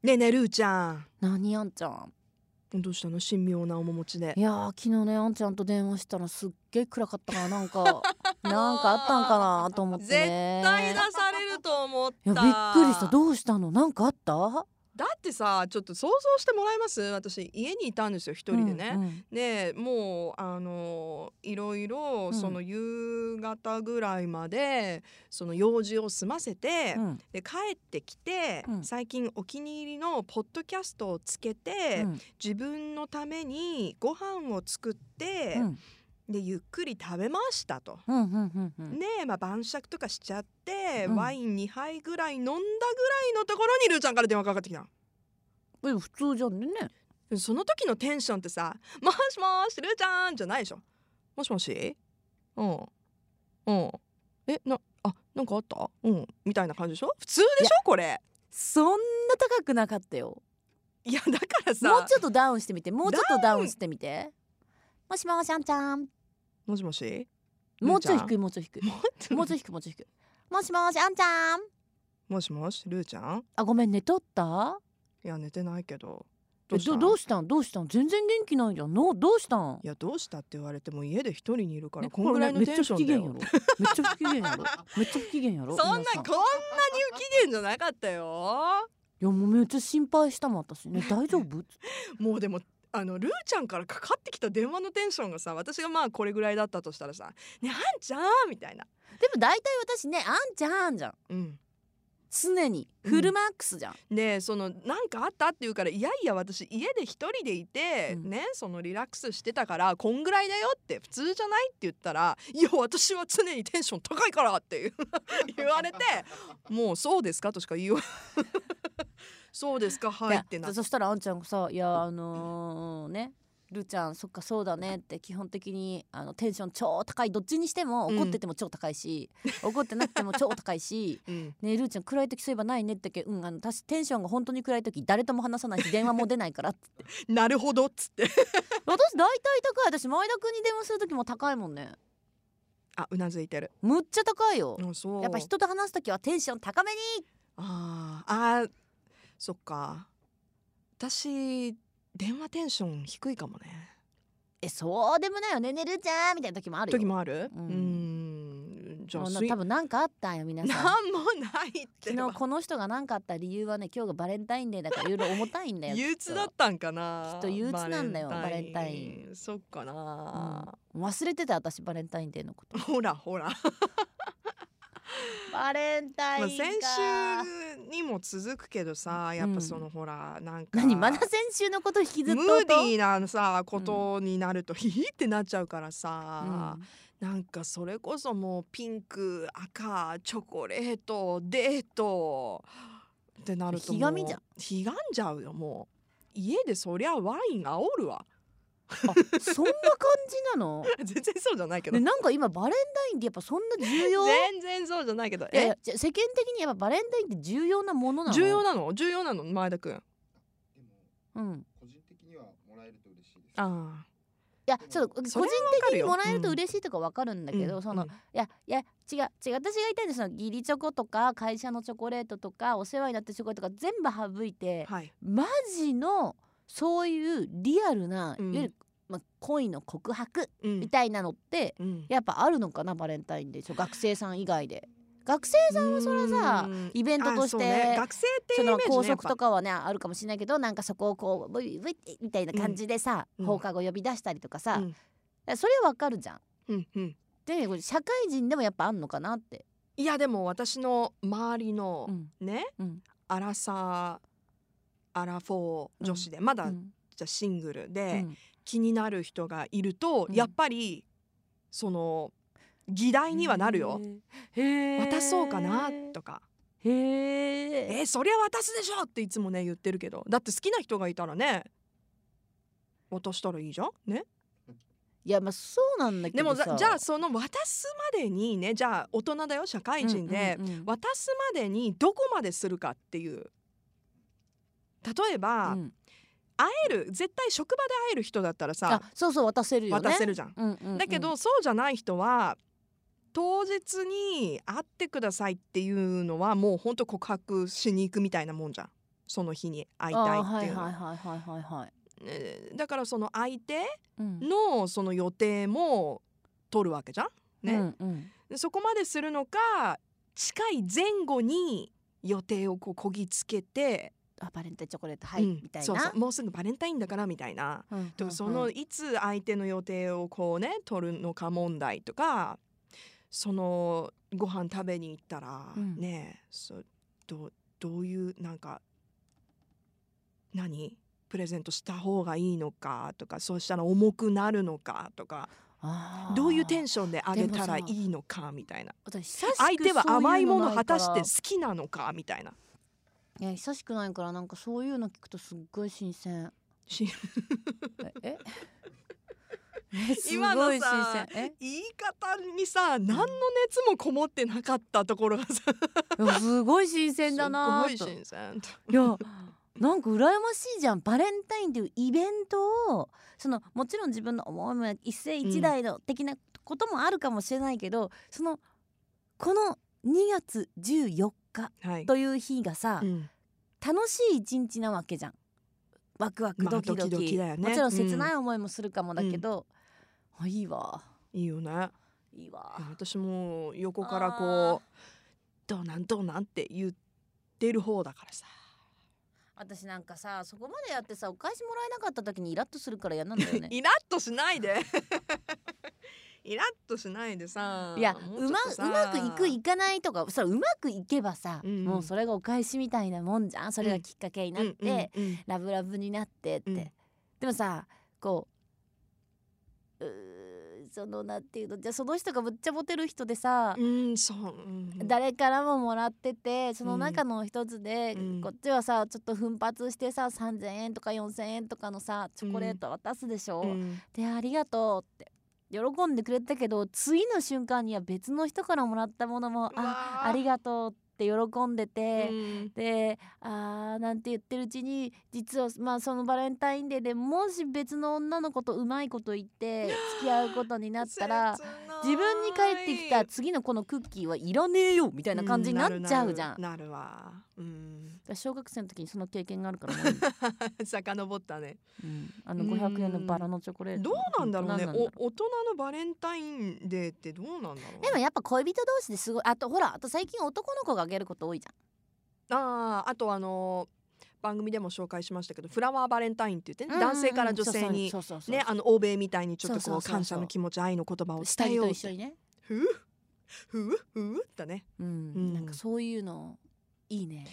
ねえねえルーちゃん何あんちゃんどうしたの神妙な面持ちでいやー昨日ねあんちゃんと電話したらすっげえ暗かったから なんかなんかあったんかなと思ってねされると思っいやびっくりしたどうしたのなんかあっただってさちょっと想像してもらいます私家にいたんですよ一人でね、うんうんでもうあのいろいろんその夕方ぐらいまでその用事を済ませて、うんで帰ってきて、うん最近お気に入りのポッドキャストをつけて、うん自分のためにご飯を作って、うんでゆっくり食べましたと。うんうんうんうんねえまあ、晩酌とかしちゃって、うんワイン2杯ぐらい飲んだぐらいのところにルーちゃんから電話かかってきたでも普通じゃんねその時のテンションってさ「もしもしルーちゃん」じゃないでしょ「もしもしうんうんえなあなんかあったうん」みたいな感じでしょ普通でしょこれそんな高くなかったよいやだからさもうちょっとダウンしてみてもうちょっとダウンしてみてもしもしあんちゃんもしもしもうちょいルーち低いもうちょい低いもうちょいもうちょい低いもうちょい低いもしもしあんちゃんもしもしルーちゃんあごめん寝とったいや寝てないけどどどうしたんどどうしたんどうしたん全然元気ないじゃんのどうしたんいやどうしたって言われても家で一人にいるかねらこんぐらいのテンションだよこれねめっちゃ不機嫌 やろめっちゃ不機嫌やろめっちゃ不機嫌やろそんなこんなに皆さ不機嫌じゃなかったよいやもうめっちゃ心配したもん私 ね大丈夫もうでもあのルーちゃんからかかってきた電話のテンションがさ私がまあこれぐらいだったとしたらさ「ねえあんちゃん」みたいな。でも大体私ねあんちゃんじゃんうん、常にフルマックスじゃん、ねえその「なんかあった?」って言うから「いやいや私家で一人でいて、うんねそのリラックスしてたからこんぐらいだよ」って「普通じゃない?」って言ったら「いや私は常にテンション高いから」っていう 言われて「もうそうですか?」としか言いよう そうですかはいいやってなってそしたらあんちゃんがさ「いやあのーねるーちゃんそっかそうだね」って基本的にあのテンション超高いどっちにしてもうん怒ってても超高 いし、怒ってなくても超高いしうんねえるーちゃん暗い時そういえばないねってけうんあの私テンションが本当に暗い時誰とも話さないし電話も出ないからって なるほどっつって私大体高い私前田君に電話する時も高いもんねあうなずいてるむっちゃ高いよあそうやっぱ人と話す時はテンション高めにあーあーそっか私電話テンション低いかもねえそうでもないよねねるちゃんみたいな時もあるよ時もあるううんんんじゃあもうなすい多なん分なんかあったんよ皆さんもないって昨ば日この人が何かあった理由はね今日がバレンタインデーだからいろいろ重たいんだよ憂きっ鬱とだったんかなきっと憂鬱なんだよバレンンそっかな、忘れてた私バレンタインデーのことほらほら、まバレンタインあ、か先週にも続くけどさやっぱその、ほらなんか何まだ先週のこと引きずっとムうーとディーなさことになるとヒヒってなっちゃうからさ、うんなんかそれこそもうピンク赤チョコレートデートってなるともうひがみじゃんひがんじゃうよもう家でそりゃワイン煽るわ あそんな感じなの全然そうじゃないけどねなんか今バレンタインデーやっぱそんな重要全然そうじゃないけどいやいえやじゃあ世間的にやっぱバレンタインって重要なものなの重要なの重要なの前田君あでもうん個人的にはもらえると嬉しいです。あいやちょっと個そ人れはわか的るによもらえるとうん嬉しいとかわかるんだけど、うんその、うんいやいや違う違う私が言いたいのはその義理チョコとか会社のチョコレートとかお世話になったチョコレートとか全部省いて、はいマジのそういうリアルな、うんいわゆる、まあ、恋の告白うみんたいなのって、うんやっぱあるのかなバレンタインデーちょ学生さん以外で。学生さんはそれさイベントとして、学生っていそうイメーのジね校やっ則ぱとかはねあるかもしれないけどなんかそこをこうブイブイってみたいな感じでさ、うん放課後呼び出したりとかさ、うんそれはわかるじゃん。うんうんでこれ社会人でもやっぱあんのかなって。いやでも私の周りの、うんね、うんアラサーアラフォー女子で、まだ、じゃあシングルうで、ん気になる人がいると、うんやっぱりその議題にはなるよ。。へえ渡そうかなとかへ「え。えそりゃ渡すでしょ!」っていつもね言ってるけどだって好きな人がいたらね渡したらいいじゃんねいやまあそうなんだけでもどさ。じゃじゃあその渡すまでにねじゃあ大人だよ社会人で、うんうんうん渡すまでにどこまでするかっていう例えば、うん会える絶対職場で会える人だったらさあそうそう渡せるよね。渡せるじゃん。うんうんうん。だけど、そうじゃない人は当日に会ってくださいっていうのはもうほんと告白しに行くみたいなもんじゃん。その日に会いあたいーってはいいうのはいはいはいはいはいえーだからその相手うんのその予定も取るわけじゃん、ねうんうんでそこまでするのか近い前後に予定をこうこぎつけて、あバレンタインチョコレートはい、うんみたいなそうそうもうすぐバレンタインだからみたいな。うんうんとうんそのいつ相手の予定をこうね取るのか問題とかそのご飯食べに行ったら、うんねえそうどうどういうなんか何プレゼントした方がいいのかとかそうしたら重くなるのかとかあーどういうテンションであげたらでいもさいのかみたいな私久しく相手は甘いもの果たしてそういうのない好かきなのかみたいな。らいや久しくないからなんかそういうの聞くとすっごい新鮮し ええす今のごい新さ鮮え言い方にさ何の熱もこもってなかったところがさいやすごい新鮮だなすとごい新鮮いやなんか羨ましいじゃんバレンタインというイベントをそのもちろん自分の思いも一世一代の的なこともあるかもしれないけど、そのこの2月14日はい。という日がさ、うん楽しい一日なわけじゃんワクワクまあドキドキ,、ドキドキだよねもちろん切ない思いもするかもだけど、あいいわいいよね。いやいいわ私も横からこうどうなんどうなんって言ってる方だからさ。私なんかさそこまでやってさお返しもらえなかった時にイラッとするから嫌なんだよねイラッとし ないで。 イラッとしないでさ。いやもうちょまっとさうまくいくいかないとかそれうまくいけばさ、うんもうそれがお返しみたいなもんじゃんそれがきっかけになって、うんうんうんラブラブになってって、うんでもさこううーそのなんていうのじゃあその人がぶっちゃモテる人でさ、うん、そう。うん誰からももらっててその中の一つで、うんこっちはさちょっと奮発してさ3,000円とか4,000円とかのさチョコレート渡すでしょ。うんでありがとうって喜んでくれたけど次の瞬間には別の人からもらったものもうあわーありがとうって喜んでて、うんであーなんて言ってるうちに実はまあそのバレンタインデーでもし別の女の子とうまいこと言って付き合うことになった ら切ない自分に返ってきた次のこのクッキーはいらねえよみたいな感じになっちゃうじゃん。なるなるなるわ。うん。 小学生の時にその経験があるからね、遡ったね。うん、あの500円のバラのチョコレートどうなんだろうね何ろお大人のバレンタインデーってどうなんだろうでもやっぱ恋人同士ですごいあとほらあと最近男の子があげること多いじあーあとあのー番組でも紹介しましたけどフラワーバレンタインって言ってゃねん男性から女性にそうそうそうそうねあの欧米みたいにちょっとそうこそううそうそう感謝の気持ち愛の言葉を下伝え着よとうっ一緒てにねふうふうふうだねうん、んなんかそういうのいいね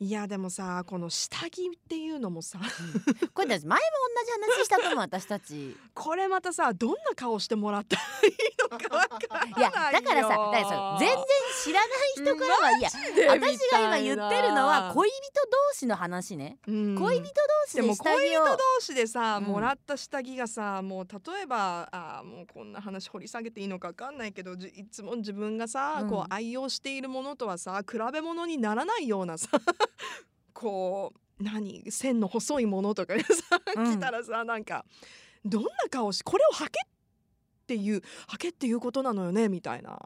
いやでもさこの下着っていうのもさ これだって前も同じ話したと思う私た ちいこれまたさどんな顔してもらったらいいのかわからないよやだからさだからさ全然知らない人からはいや私が今言ってるのは恋人同士の話ね、恋恋人同士ででも下恋着人を同士でさ、うんもらった下着がさもう例えばあーもうこんな話掘り下げていいのか分かんないけどじいつも自分がさ、うんこう愛用しているものとはさ比べ物にならないようなさ こう何線の細いものとかがさうん来たらさ、なんかどんな顔しこれをはけっていうはけっていうことなのよねみたいな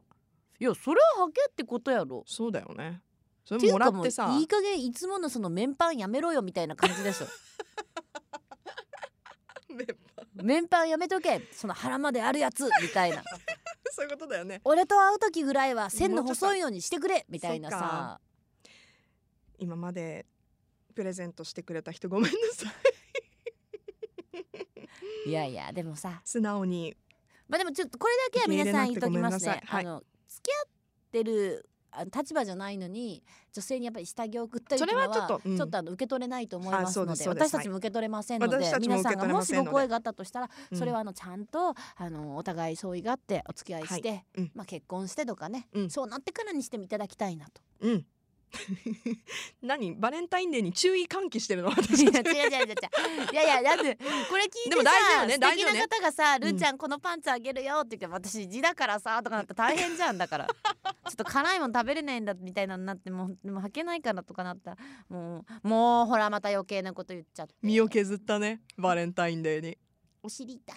いやそれはハケってことやろそうだよねそってれいもうらかっもてさういい加減いつものその面パンやめろよみたいな感じでしょ ね面パンやめとけその腹まであるやつみたいな そういうことだよね俺と会う時ぐらいは線の細いのにしてくれみたいなそっさか今までプレゼントしてくれた人ごめんなさいいやいやでもさ素直にまあでもちょっとこれだけは皆さん言っときますね受け入れなくてごめんなさいはいあの付き合ってるあの立場じゃないのに女性にやっぱり下着を送ったりとかはそれはちょっとうんちょっとあの受け取れないと思いまあすそのうでですそうで私すたちも受け取れませんので、はい私たちも皆受さけんが取れもましせんのごで声があったとしたら、うんそれはあのちゃんとあのお互い相違があってお付き合いして、うんまあ、結婚してとかね、うんそうなってからにしてもいただきたいなと。うん 何バレンタインデーに注意喚起してるの い私や違う違う違う違ういやいやだってこれ聞いてさでも大事よね素大敵事よねな方がさ「るーちゃんこのパンツあげるよ」って言って「私地だからさ」とかなったら大変じゃんだからちょっと辛いもん食べれないんだみたいなのになってもうでも履けないからとかなったらもうもうほらまた余計なこと言っちゃって身を削ったねバレンタインデーにお尻痛い